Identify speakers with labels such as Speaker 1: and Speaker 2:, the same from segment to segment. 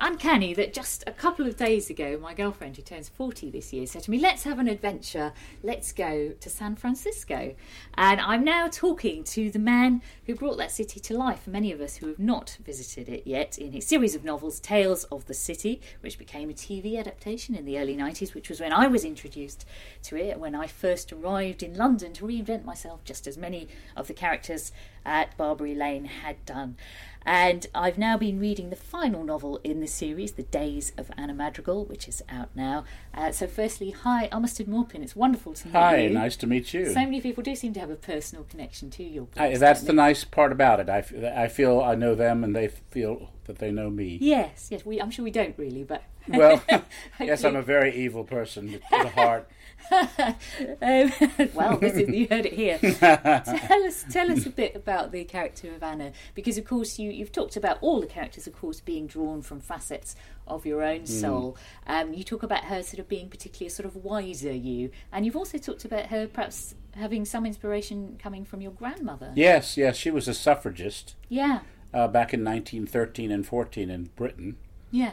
Speaker 1: uncanny that just a couple of days ago, my girlfriend, who turns 40 this year, said to me, Let's have an adventure. Let's go to San Francisco. And I'm now talking to the man who brought that city to life for many of us who have not visited it yet in his series of novels, Tales of the City, which became a TV adaptation in the early 90s, which was when I was introduced to it, when I first arrived in London to reinvent myself, just as many of the characters at Barbary Lane had done. And I've now been reading the final novel in the series, The Days of Anna Madrigal, which is out now. Uh, so, firstly, hi, Armistead Morpin. It's wonderful to meet
Speaker 2: Hi,
Speaker 1: you.
Speaker 2: nice to meet you.
Speaker 1: So many people do seem to have a personal connection to your book.
Speaker 2: I, that's the nice part about it. I, f- I feel I know them, and they feel that they know me.
Speaker 1: Yes, yes. We, I'm sure we don't really, but
Speaker 2: Well, yes, I'm a very evil person with with a heart.
Speaker 1: um, well, this is, you heard it here. tell us, tell us a bit about the character of Anna, because of course you you've talked about all the characters, of course, being drawn from facets of your
Speaker 2: Hmm.
Speaker 1: own soul. Um, you talk about her sort of being particularly a sort of wiser you, and you've also talked about her perhaps having some inspiration coming from your grandmother.
Speaker 2: Yes, yes, she was a suffragist
Speaker 1: Yeah,
Speaker 2: uh, back in 1913 and 14 in Britain,
Speaker 1: yeah,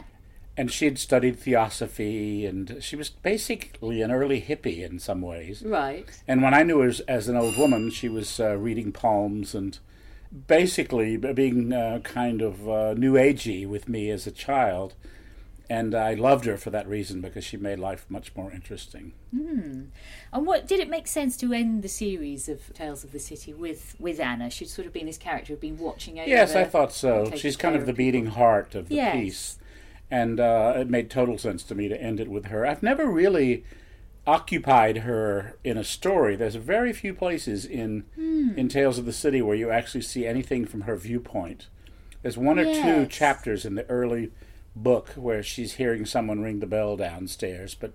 Speaker 2: and she had studied theosophy, and she was basically an early hippie in some ways.
Speaker 1: right.
Speaker 2: And when I knew her as, as an old woman, she was uh, reading palms and basically b- being uh, kind of uh, new agey with me as a child. And I loved her for that reason because she made life much more interesting.
Speaker 1: And what did it make sense to end the series of Tales of the City with with Anna? She'd sort of been this character who'd been watching over.
Speaker 2: Yes, I thought so.
Speaker 1: taking
Speaker 2: She's kind
Speaker 1: care
Speaker 2: of the
Speaker 1: of
Speaker 2: beating heart of the
Speaker 1: Yes.
Speaker 2: piece. And uh, it made total sense to me to end it with her. I've never really occupied her in a story. There's very few places in
Speaker 1: Hmm.
Speaker 2: in Tales of the City where you actually see anything from her viewpoint. There's one or two
Speaker 1: Yes.
Speaker 2: chapters in the early book where she's hearing someone ring the bell downstairs, but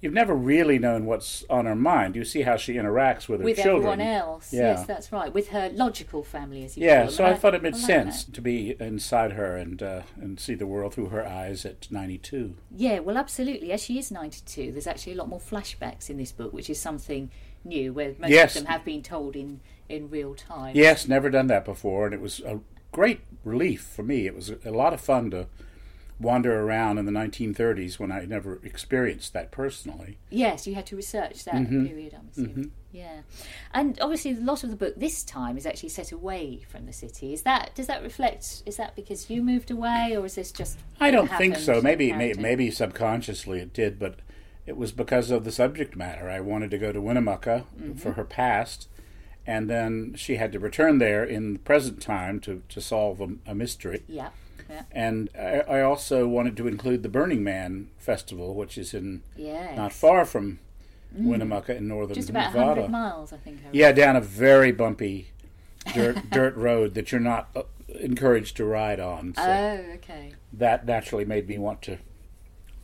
Speaker 2: you've never really known what's on her mind. You see how she interacts with her
Speaker 1: with everyone
Speaker 2: children.
Speaker 1: else.
Speaker 2: Yeah.
Speaker 1: Yes, that's right. With her logical family, as you call
Speaker 2: Yeah,
Speaker 1: them.
Speaker 2: so
Speaker 1: And
Speaker 2: I thought it made
Speaker 1: I like
Speaker 2: sense
Speaker 1: that.
Speaker 2: to be inside her and uh, and see the world through her eyes at 92.
Speaker 1: Yeah, well, absolutely. As she is 92, there's actually a lot more flashbacks in this book, which is something new, where most
Speaker 2: Yes.
Speaker 1: of them have been told in, in real time.
Speaker 2: Yes, never done that before, and it was a great relief for me. It was a lot of fun to wander around in the 1930s when I never experienced that personally.
Speaker 1: Yes, you had to research that
Speaker 2: Mm-hmm.
Speaker 1: period, I'm assuming. Yeah. And obviously, a lot of the book this time is actually set away from the city. Is that Does that reflect, is that because you moved away, or is this just.
Speaker 2: I don't
Speaker 1: what
Speaker 2: think so.
Speaker 1: happened,
Speaker 2: Maybe may,
Speaker 1: character?
Speaker 2: maybe subconsciously it did, but it was because of the subject matter. I wanted to go to Winnemucca for her past, and then she had to return there in the present time to, to solve a, a mystery.
Speaker 1: Yeah. Yeah.
Speaker 2: And I, I also wanted to include the Burning Man Festival, which is in
Speaker 1: Yes.
Speaker 2: not far from Winnemucca in northern
Speaker 1: Mm. Just about a
Speaker 2: Nevada.
Speaker 1: 100 miles, I think. I read.
Speaker 2: Yeah, down a very bumpy dirt dirt road that you're not uh, encouraged to ride on. So
Speaker 1: Oh, okay.
Speaker 2: that naturally made me want to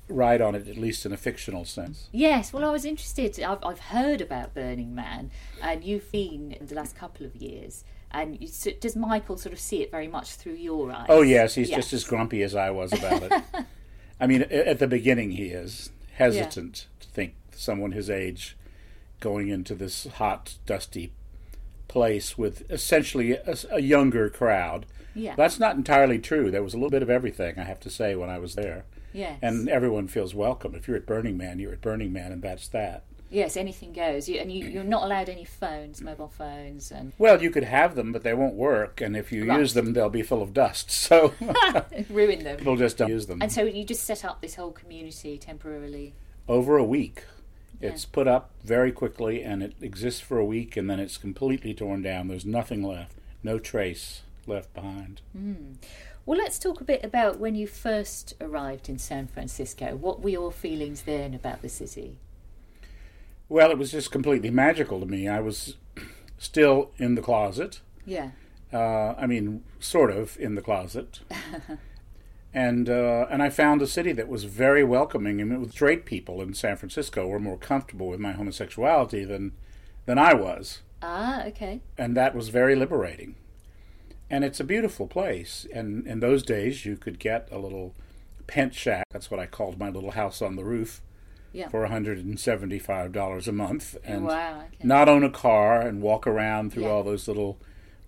Speaker 2: ride on it, at least in a fictional sense.
Speaker 1: Yes, well, I was interested. I've, I've heard about Burning Man, and you've been in the last couple of years. And you, so does Michael sort of see it very much through your eyes?
Speaker 2: Oh yes, he's
Speaker 1: Yeah.
Speaker 2: just as grumpy as I was about it. I mean, a- at the beginning, he is hesitant to think someone his age going into this hot, dusty place with essentially a, s- a younger crowd.
Speaker 1: Yeah.
Speaker 2: That's not entirely true. There was a little bit of everything, I have to say, when I was there.
Speaker 1: yes.
Speaker 2: And everyone feels welcome. If you're at Burning Man, you're at Burning Man, and that's that.
Speaker 1: yes, anything goes. You, and you, you're not allowed any phones, mobile phones, and
Speaker 2: Well, you could have them, but they won't work. And if you
Speaker 1: Right.
Speaker 2: use them, they'll be full of dust. So
Speaker 1: ruin them.
Speaker 2: people just don't use them.
Speaker 1: And so you just set up this whole community temporarily.
Speaker 2: over a week. It's put up very quickly and it exists for a week and then it's completely torn down. There's nothing left, no trace left behind.
Speaker 1: Well, let's talk a bit about when you first arrived in San Francisco. What were your feelings then about the city?
Speaker 2: Well, it was just completely magical to me. I was still in the closet.
Speaker 1: Yeah.
Speaker 2: Uh, I mean, sort of in the closet. and uh, and I found a city that was very welcoming. I mean, with straight people in San Francisco were more comfortable with my homosexuality than than I was.
Speaker 1: Ah, okay.
Speaker 2: and that was very liberating. And it's a beautiful place. And in those days, you could get a little pent shack. That's what I called my little house on the roof
Speaker 1: Yeah.
Speaker 2: for $175 a month. And
Speaker 1: wow. Okay.
Speaker 2: not own a car and walk around through
Speaker 1: Yeah.
Speaker 2: all those little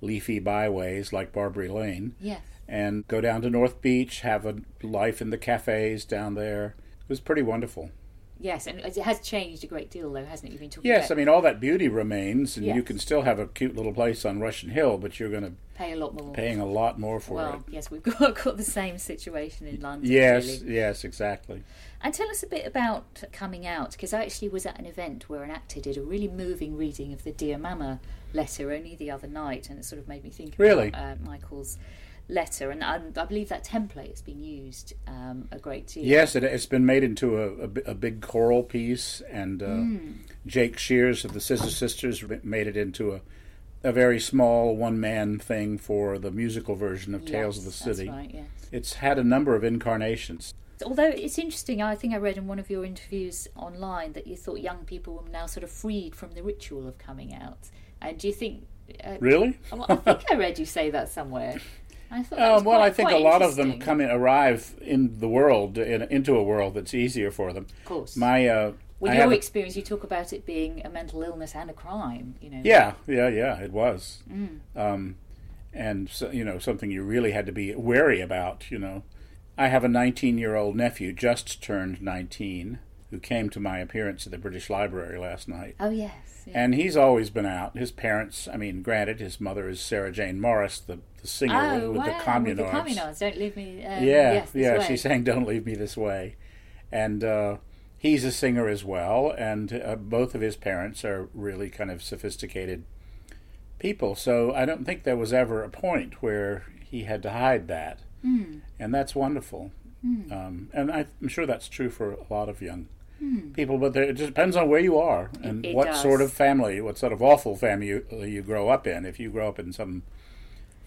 Speaker 2: leafy byways like Barbary Lane.
Speaker 1: Yes.
Speaker 2: and go down to North Beach, have a life in the cafes down there. It was pretty wonderful.
Speaker 1: Yes, and it has changed a great deal, though, hasn't it? You've been talking
Speaker 2: Yes, I
Speaker 1: about
Speaker 2: mean, all that beauty remains, and you
Speaker 1: Yes.
Speaker 2: can still have a cute little place on Russian Hill, but you're going to
Speaker 1: pay a lot more.
Speaker 2: paying a lot more for
Speaker 1: well,
Speaker 2: it.
Speaker 1: yes, we've got, got the same situation in London.
Speaker 2: Yes,
Speaker 1: really.
Speaker 2: yes, exactly.
Speaker 1: And tell us a bit about coming out, because I actually was at an event where an actor did a really moving reading of the Dear Mama letter only the other night, and it sort of made me think
Speaker 2: Really?
Speaker 1: about uh, Michael's letter. And I, I believe that template has been used um, a great deal.
Speaker 2: Yes, it, it's been made into a, a, bi- a big choral piece, and uh,
Speaker 1: Hmm.
Speaker 2: Jake Shears of the Scissor Sisters ma- made it into a, a very small one man thing for the musical version of Tales of the
Speaker 1: Yes,
Speaker 2: City.
Speaker 1: That's right, yes.
Speaker 2: It's had a number of incarnations.
Speaker 1: Although it's interesting, I think I read in one of your interviews online that you thought young people were now sort of freed from the ritual of coming out. And do you think? Uh,
Speaker 2: Really?
Speaker 1: well, I think I read you say that somewhere. I thought. that was
Speaker 2: Um, well,
Speaker 1: quite-
Speaker 2: I think a
Speaker 1: quite
Speaker 2: lot of them
Speaker 1: interesting.
Speaker 2: come in, arrive in the world, in, into a world that's easier for them.
Speaker 1: Of course.
Speaker 2: My, uh,
Speaker 1: With
Speaker 2: I
Speaker 1: your
Speaker 2: have a-
Speaker 1: experience, you talk about it being a mental illness and a crime. You know.
Speaker 2: Yeah, yeah, yeah, it was.
Speaker 1: Mm.
Speaker 2: Um, and so, you know, something you really had to be wary about. You know, I have a 19-year-old nephew just turned 19 who came to my appearance at the British Library last night.
Speaker 1: Oh yes. Yeah.
Speaker 2: And he's always been out. His parents, I mean, granted, his mother is Sarah Jane Morris, the, the singer
Speaker 1: oh
Speaker 2: with,
Speaker 1: wow!
Speaker 2: the
Speaker 1: with the
Speaker 2: communards.
Speaker 1: communards. Don't leave me. Um,
Speaker 2: Yeah,
Speaker 1: Yes, this
Speaker 2: yeah.
Speaker 1: way.
Speaker 2: She sang "Don't Leave Me This Way," and uh, he's a singer as well. And uh, both of his parents are really kind of sophisticated people. So I don't think there was ever a point where he had to hide that,
Speaker 1: Hmm.
Speaker 2: and that's wonderful. Um, and I'm sure that's true for a lot of young. People, but there, it just depends on where you are and
Speaker 1: Hmm. it
Speaker 2: what
Speaker 1: does.
Speaker 2: sort of family, what sort of awful family you, uh, you grow up in. If you grow up in some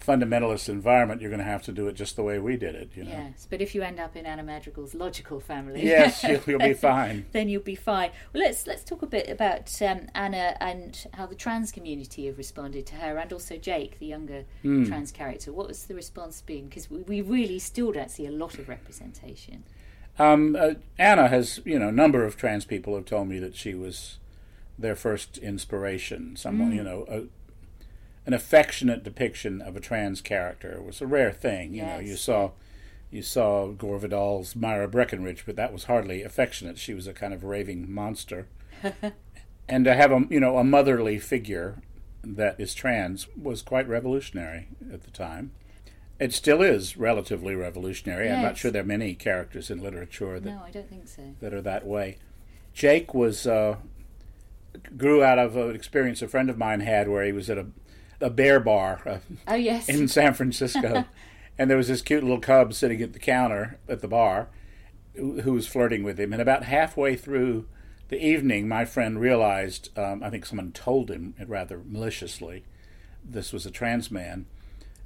Speaker 2: fundamentalist environment, you're going to have to do it just the way we did it. You know,
Speaker 1: Yes, but if you end up in Anna Madrigal's logical family,
Speaker 2: Yes, you'll, you'll be fine.
Speaker 1: then you'll be fine. Well, let's let's talk a bit about um, Anna and how the trans community have responded to her, and also Jake, the younger
Speaker 2: Hmm.
Speaker 1: trans character. What was the response been? Because we, we really still don't see a lot of representation.
Speaker 2: Um, uh, Anna has, you know, a number of trans people have told me that she was their first inspiration. Someone,
Speaker 1: Mm.
Speaker 2: you know, a, an affectionate depiction of a trans character was a rare thing. You know, you
Speaker 1: Yes.
Speaker 2: saw, you saw Gore Vidal's Myra Breckenridge, but that was hardly affectionate. She was a kind of raving monster. and to have a, you know, a motherly figure that is trans was quite revolutionary at the time. It still is relatively revolutionary. I'm not
Speaker 1: Yes.
Speaker 2: sure there are many characters in literature that
Speaker 1: No, I don't think so.
Speaker 2: that are that way. Jake was uh, grew out of an experience a friend of mine had where he was at a a bear bar uh,
Speaker 1: Oh yes,
Speaker 2: in San Francisco, and there was this cute little cub sitting at the counter at the bar who who was flirting with him. And about halfway through the evening, my friend realized um, I think someone told him rather maliciously this was a trans man.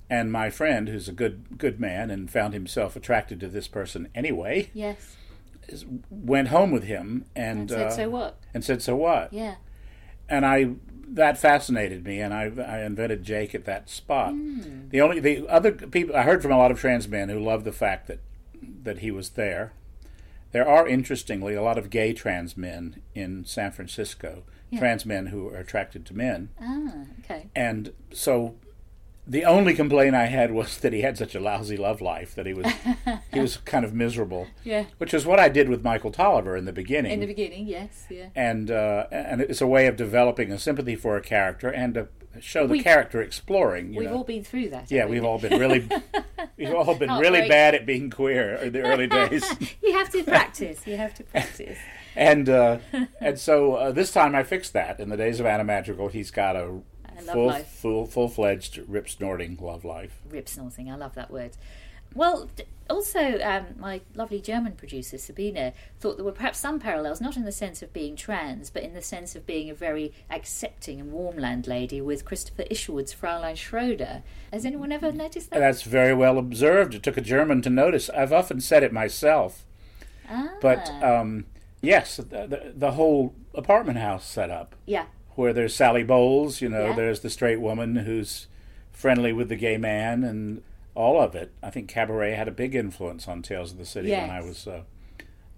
Speaker 2: And my friend, who's a good good man and found himself attracted to this person anyway,
Speaker 1: yes.
Speaker 2: went home with him and,
Speaker 1: And said,
Speaker 2: uh,
Speaker 1: so what?
Speaker 2: and said so what
Speaker 1: Yeah.
Speaker 2: and i that fascinated me and i i invented jake at that spot the only the other people i heard from a lot of trans men who loved the fact that that he was there there are interestingly a lot of gay trans men in san francisco trans men who are attracted to men
Speaker 1: Ah, okay.
Speaker 2: and so the only complaint i had was that he had such a lousy love life that he was he was kind of miserable
Speaker 1: Yeah.
Speaker 2: which is what i did with michael tolliver in the beginning
Speaker 1: In the beginning, yes, yeah.
Speaker 2: and uh, and it's a way of developing a sympathy for a character and to show the
Speaker 1: We've-
Speaker 2: character exploring. You
Speaker 1: We've
Speaker 2: know?
Speaker 1: all been through that.
Speaker 2: yeah,
Speaker 1: haven't
Speaker 2: we've all been really we've all been really
Speaker 1: Heartbreak.
Speaker 2: bad at being queer in the early days,
Speaker 1: we? You have to practice. You have to practice.
Speaker 2: and uh, and so uh, this time I fixed that. In the days of Animagical, he's got a
Speaker 1: love
Speaker 2: full
Speaker 1: life.
Speaker 2: full full fledged rip snorting love life.
Speaker 1: Rib snorting. I love that word. Well, d- also, um, my lovely German producer Sabine thought there were perhaps some parallels, not in the sense of being trans, but in the sense of being a very accepting and warm landlady with Christopher Isherwood's Fräulein Schroeder. Has anyone ever noticed that?
Speaker 2: That's very well observed. It took a German to notice. I've often said it myself.
Speaker 1: Ah,
Speaker 2: But um, yes, the, the, the whole apartment house setup
Speaker 1: yeah,
Speaker 2: where there's Sally Bowles, you know,
Speaker 1: Yeah.
Speaker 2: there's the straight woman who's friendly with the gay man, and all of it. I think Cabaret had a big influence on Tales of the City when I
Speaker 1: Yes.
Speaker 2: was uh,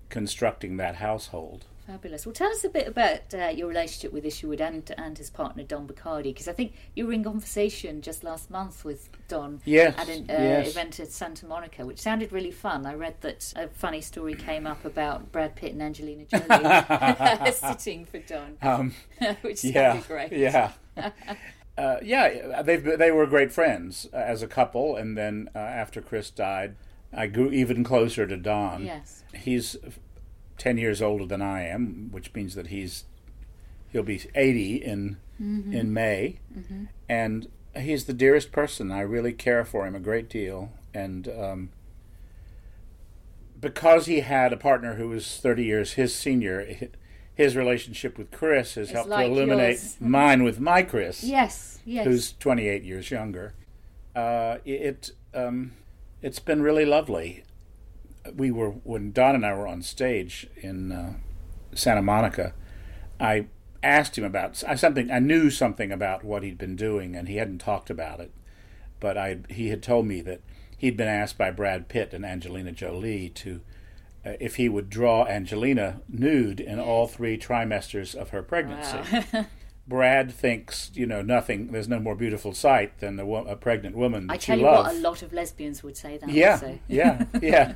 Speaker 2: constructing that household.
Speaker 1: Fabulous. Well, tell us a bit about uh, your relationship with Isherwood and and his partner Don Bacardi, because I think you were in conversation just last month with Don
Speaker 2: Yes,
Speaker 1: at an uh,
Speaker 2: yes.
Speaker 1: event at Santa Monica, which sounded really fun. I read that a funny story came up about Brad Pitt and Angelina Jolie sitting for Don,
Speaker 2: Um,
Speaker 1: which sounded
Speaker 2: yeah,
Speaker 1: great.
Speaker 2: yeah. Uh, yeah, they've been- they were great friends uh, as a couple, and then uh, after Chris died, I grew even closer to Don.
Speaker 1: Yes.
Speaker 2: he's ten years older than I am, which means that he's he'll be eighty in
Speaker 1: Mm-hmm.
Speaker 2: in May, and he's the dearest person. I really care for him a great deal, and um, because he had a partner who was thirty years his senior. hi- His relationship with Chris has helped
Speaker 1: like
Speaker 2: to eliminate
Speaker 1: yours.
Speaker 2: mine with my Chris
Speaker 1: Yes. Yes.
Speaker 2: who's 28 years younger. Uh, it um, it's been really lovely. We were when Don and I were on stage in uh, Santa Monica. I asked him about I- something. I knew something about what he'd been doing, and he hadn't talked about it. But I he had told me that he'd been asked by Brad Pitt and Angelina Jolie to uh, if he would draw Angelina nude in all three trimesters of her pregnancy. Brad thinks, you know, nothing. There's no more beautiful sight than a, wo- a pregnant woman that
Speaker 1: I tell
Speaker 2: you
Speaker 1: you
Speaker 2: love.
Speaker 1: what, a lot of lesbians would say that.
Speaker 2: yeah,
Speaker 1: Also.
Speaker 2: yeah, yeah.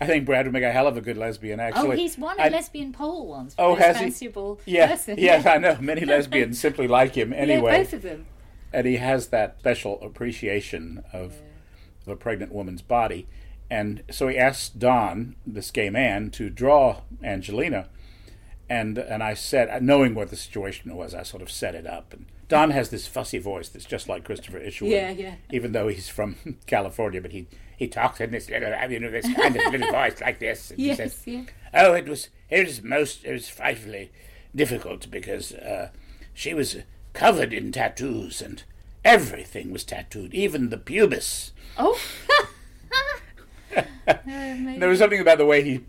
Speaker 2: I think Brad would make a hell of a good lesbian,
Speaker 1: Oh,
Speaker 2: actually.
Speaker 1: he's won a
Speaker 2: I-
Speaker 1: lesbian poll once.
Speaker 2: Oh,
Speaker 1: Oh, has
Speaker 2: has he?
Speaker 1: fanciable
Speaker 2: Yeah,
Speaker 1: person.
Speaker 2: yeah, I know. Many lesbians simply like him
Speaker 1: Yeah,
Speaker 2: anyway,
Speaker 1: both of them.
Speaker 2: and he has that special appreciation of of a pregnant woman's body. And so he asked Don, this gay man, to draw Angelina. And and I said, knowing what the situation was, I sort of set it up. And Don has this fussy voice that's just like Christopher Isherwood.
Speaker 1: Yeah, yeah.
Speaker 2: Even though he's from California, but he, he talks in this little, you know, this kind of little voice like this. And
Speaker 1: Yes,
Speaker 2: he says,
Speaker 1: yeah.
Speaker 2: Oh, it was it was most it was frightfully difficult because uh, she was covered in tattoos and everything was tattooed, even the pubis.
Speaker 1: Oh,
Speaker 2: There was something about the way he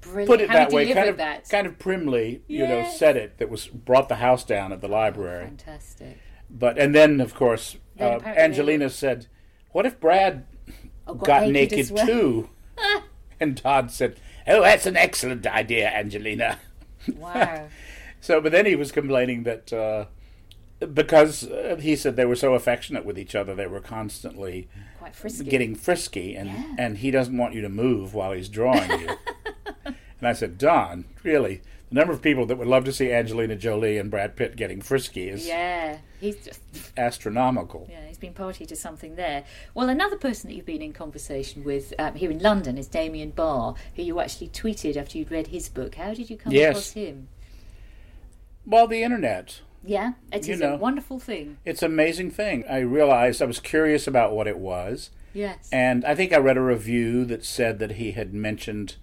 Speaker 1: brilliant!
Speaker 2: put it
Speaker 1: How
Speaker 2: that
Speaker 1: he
Speaker 2: way,
Speaker 1: delivered
Speaker 2: kind of
Speaker 1: that.
Speaker 2: kind of primly, you know,
Speaker 1: Yes.
Speaker 2: said it that was brought the house down at the library.
Speaker 1: Fantastic.
Speaker 2: But and then of course
Speaker 1: Then
Speaker 2: uh,
Speaker 1: apparently-
Speaker 2: Angelina said, "What if Brad
Speaker 1: Oh,
Speaker 2: got,
Speaker 1: naked
Speaker 2: naked,
Speaker 1: as well.
Speaker 2: too?" and Todd said, "Oh, that's an excellent idea, Angelina."
Speaker 1: Wow.
Speaker 2: So, but then he was complaining that uh, because uh, he said they were so affectionate with each other, they were constantly
Speaker 1: Quite frisky.
Speaker 2: getting frisky, and
Speaker 1: Yeah.
Speaker 2: and he doesn't want you to move while he's drawing you. and I said, Don, really, the number of people that would love to see Angelina Jolie and Brad Pitt getting frisky is
Speaker 1: yeah, he's just
Speaker 2: astronomical.
Speaker 1: yeah, he's been party to something there. Well, another person that you've been in conversation with um, here in London is Damien Barr, who you actually tweeted after you'd read his book. How did you come
Speaker 2: Yes.
Speaker 1: across him?
Speaker 2: Well, the internet.
Speaker 1: Yeah, it
Speaker 2: You
Speaker 1: is a
Speaker 2: know.
Speaker 1: wonderful thing.
Speaker 2: It's an amazing thing. I realized I was curious about what it was,
Speaker 1: Yes.
Speaker 2: and I think I read a review that said that he had mentioned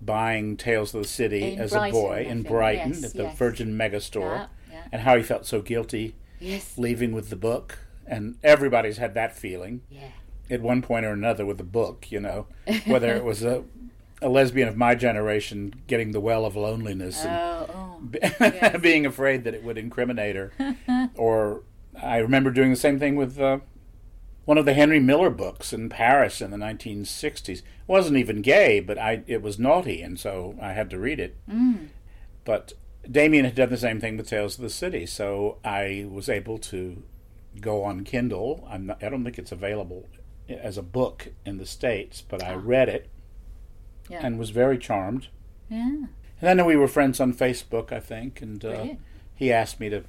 Speaker 2: buying Tales of the City
Speaker 1: In
Speaker 2: as
Speaker 1: Brighton,
Speaker 2: a boy
Speaker 1: I
Speaker 2: in
Speaker 1: think.
Speaker 2: Brighton
Speaker 1: Yes,
Speaker 2: at the
Speaker 1: yes.
Speaker 2: Virgin Megastore,
Speaker 1: Yeah, yeah.
Speaker 2: and how he felt so guilty
Speaker 1: yes.
Speaker 2: leaving with the book. And everybody's had that feeling
Speaker 1: Yeah.
Speaker 2: at one point or another with the book, you know, whether it was a, a lesbian of my generation getting the well of loneliness and
Speaker 1: Oh, oh.
Speaker 2: being afraid that it would incriminate her. or I remember doing the same thing with uh, one of the Henry Miller books in Paris in the 1960s. It wasn't even gay, but I it was naughty, and so I had to read it. But Damien had done the same thing with Tales of the City, so I was able to go on Kindle. I'm not, I don't think it's available as a book in the States, but I read it
Speaker 1: Yeah.
Speaker 2: and was very charmed.
Speaker 1: Yeah.
Speaker 2: And then we were friends on Facebook, I think, and uh,
Speaker 1: Brilliant.
Speaker 2: he asked me to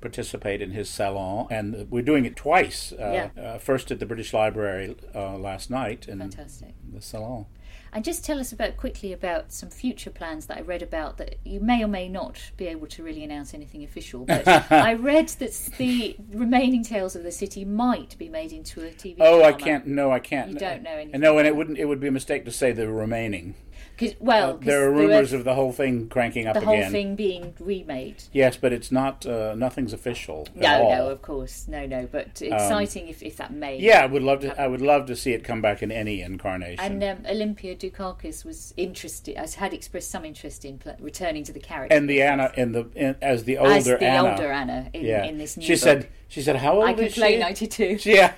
Speaker 2: participate in his salon, and we're doing it twice. Uh,
Speaker 1: Yeah.
Speaker 2: uh, first at the British Library uh, last night, and
Speaker 1: Fantastic.
Speaker 2: the salon.
Speaker 1: And just tell us about quickly about some future plans that I read about that you may or may not be able to really announce anything official. But I read that the remaining tales of the city might be made into a TV.
Speaker 2: Oh, I
Speaker 1: drama.
Speaker 2: can't. No, I can't.
Speaker 1: You don't know anything
Speaker 2: No, and it
Speaker 1: about-
Speaker 2: wouldn't. It would be a mistake to say the remaining.
Speaker 1: 'Cause- well, Oh, 'cause
Speaker 2: Uh, There are
Speaker 1: were
Speaker 2: rumors of the whole thing cranking up
Speaker 1: the whole
Speaker 2: again.
Speaker 1: thing being remade.
Speaker 2: Yes, but it's not. Uh, nothing's official. at
Speaker 1: No,
Speaker 2: all.
Speaker 1: no, of course, no, no. But exciting if, if that may.
Speaker 2: Um, Yeah, I would love to. I would love to see it come back in any incarnation.
Speaker 1: And um, Olympia Dukakis was interested, has had expressed some interest in pl- returning to the character.
Speaker 2: and the Anna in the in, as the older
Speaker 1: as the
Speaker 2: Anna.
Speaker 1: older Anna in, in this new
Speaker 2: she
Speaker 1: book.
Speaker 2: said. She said, "How old
Speaker 1: I can
Speaker 2: is
Speaker 1: play
Speaker 2: she?"
Speaker 1: 92.
Speaker 2: Yeah,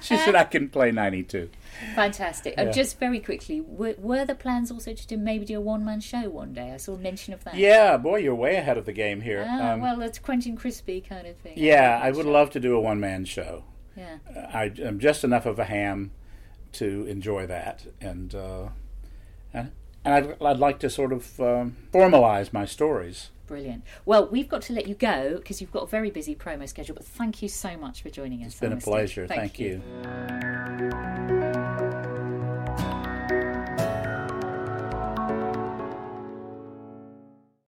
Speaker 2: she said, "I can play 92."
Speaker 1: Fantastic.
Speaker 2: Yeah.
Speaker 1: And just very quickly, were, were the plans also to do, maybe do a one man show one day? I saw mention of that.
Speaker 2: Yeah, boy, you're way ahead of the game here.
Speaker 1: Ah,
Speaker 2: Um,
Speaker 1: well, that's Quentin Crispy kind of thing.
Speaker 2: yeah, I would love to do a one man show.
Speaker 1: Yeah.
Speaker 2: I, I'm just enough of a ham to enjoy that, and uh, and and I'd, I'd like to sort of um, formalize my stories.
Speaker 1: Brilliant. Well, we've got to let you go because you've got a very busy promo schedule, but thank you so much for joining us.
Speaker 2: It's been a pleasure. Thank, you.
Speaker 1: you.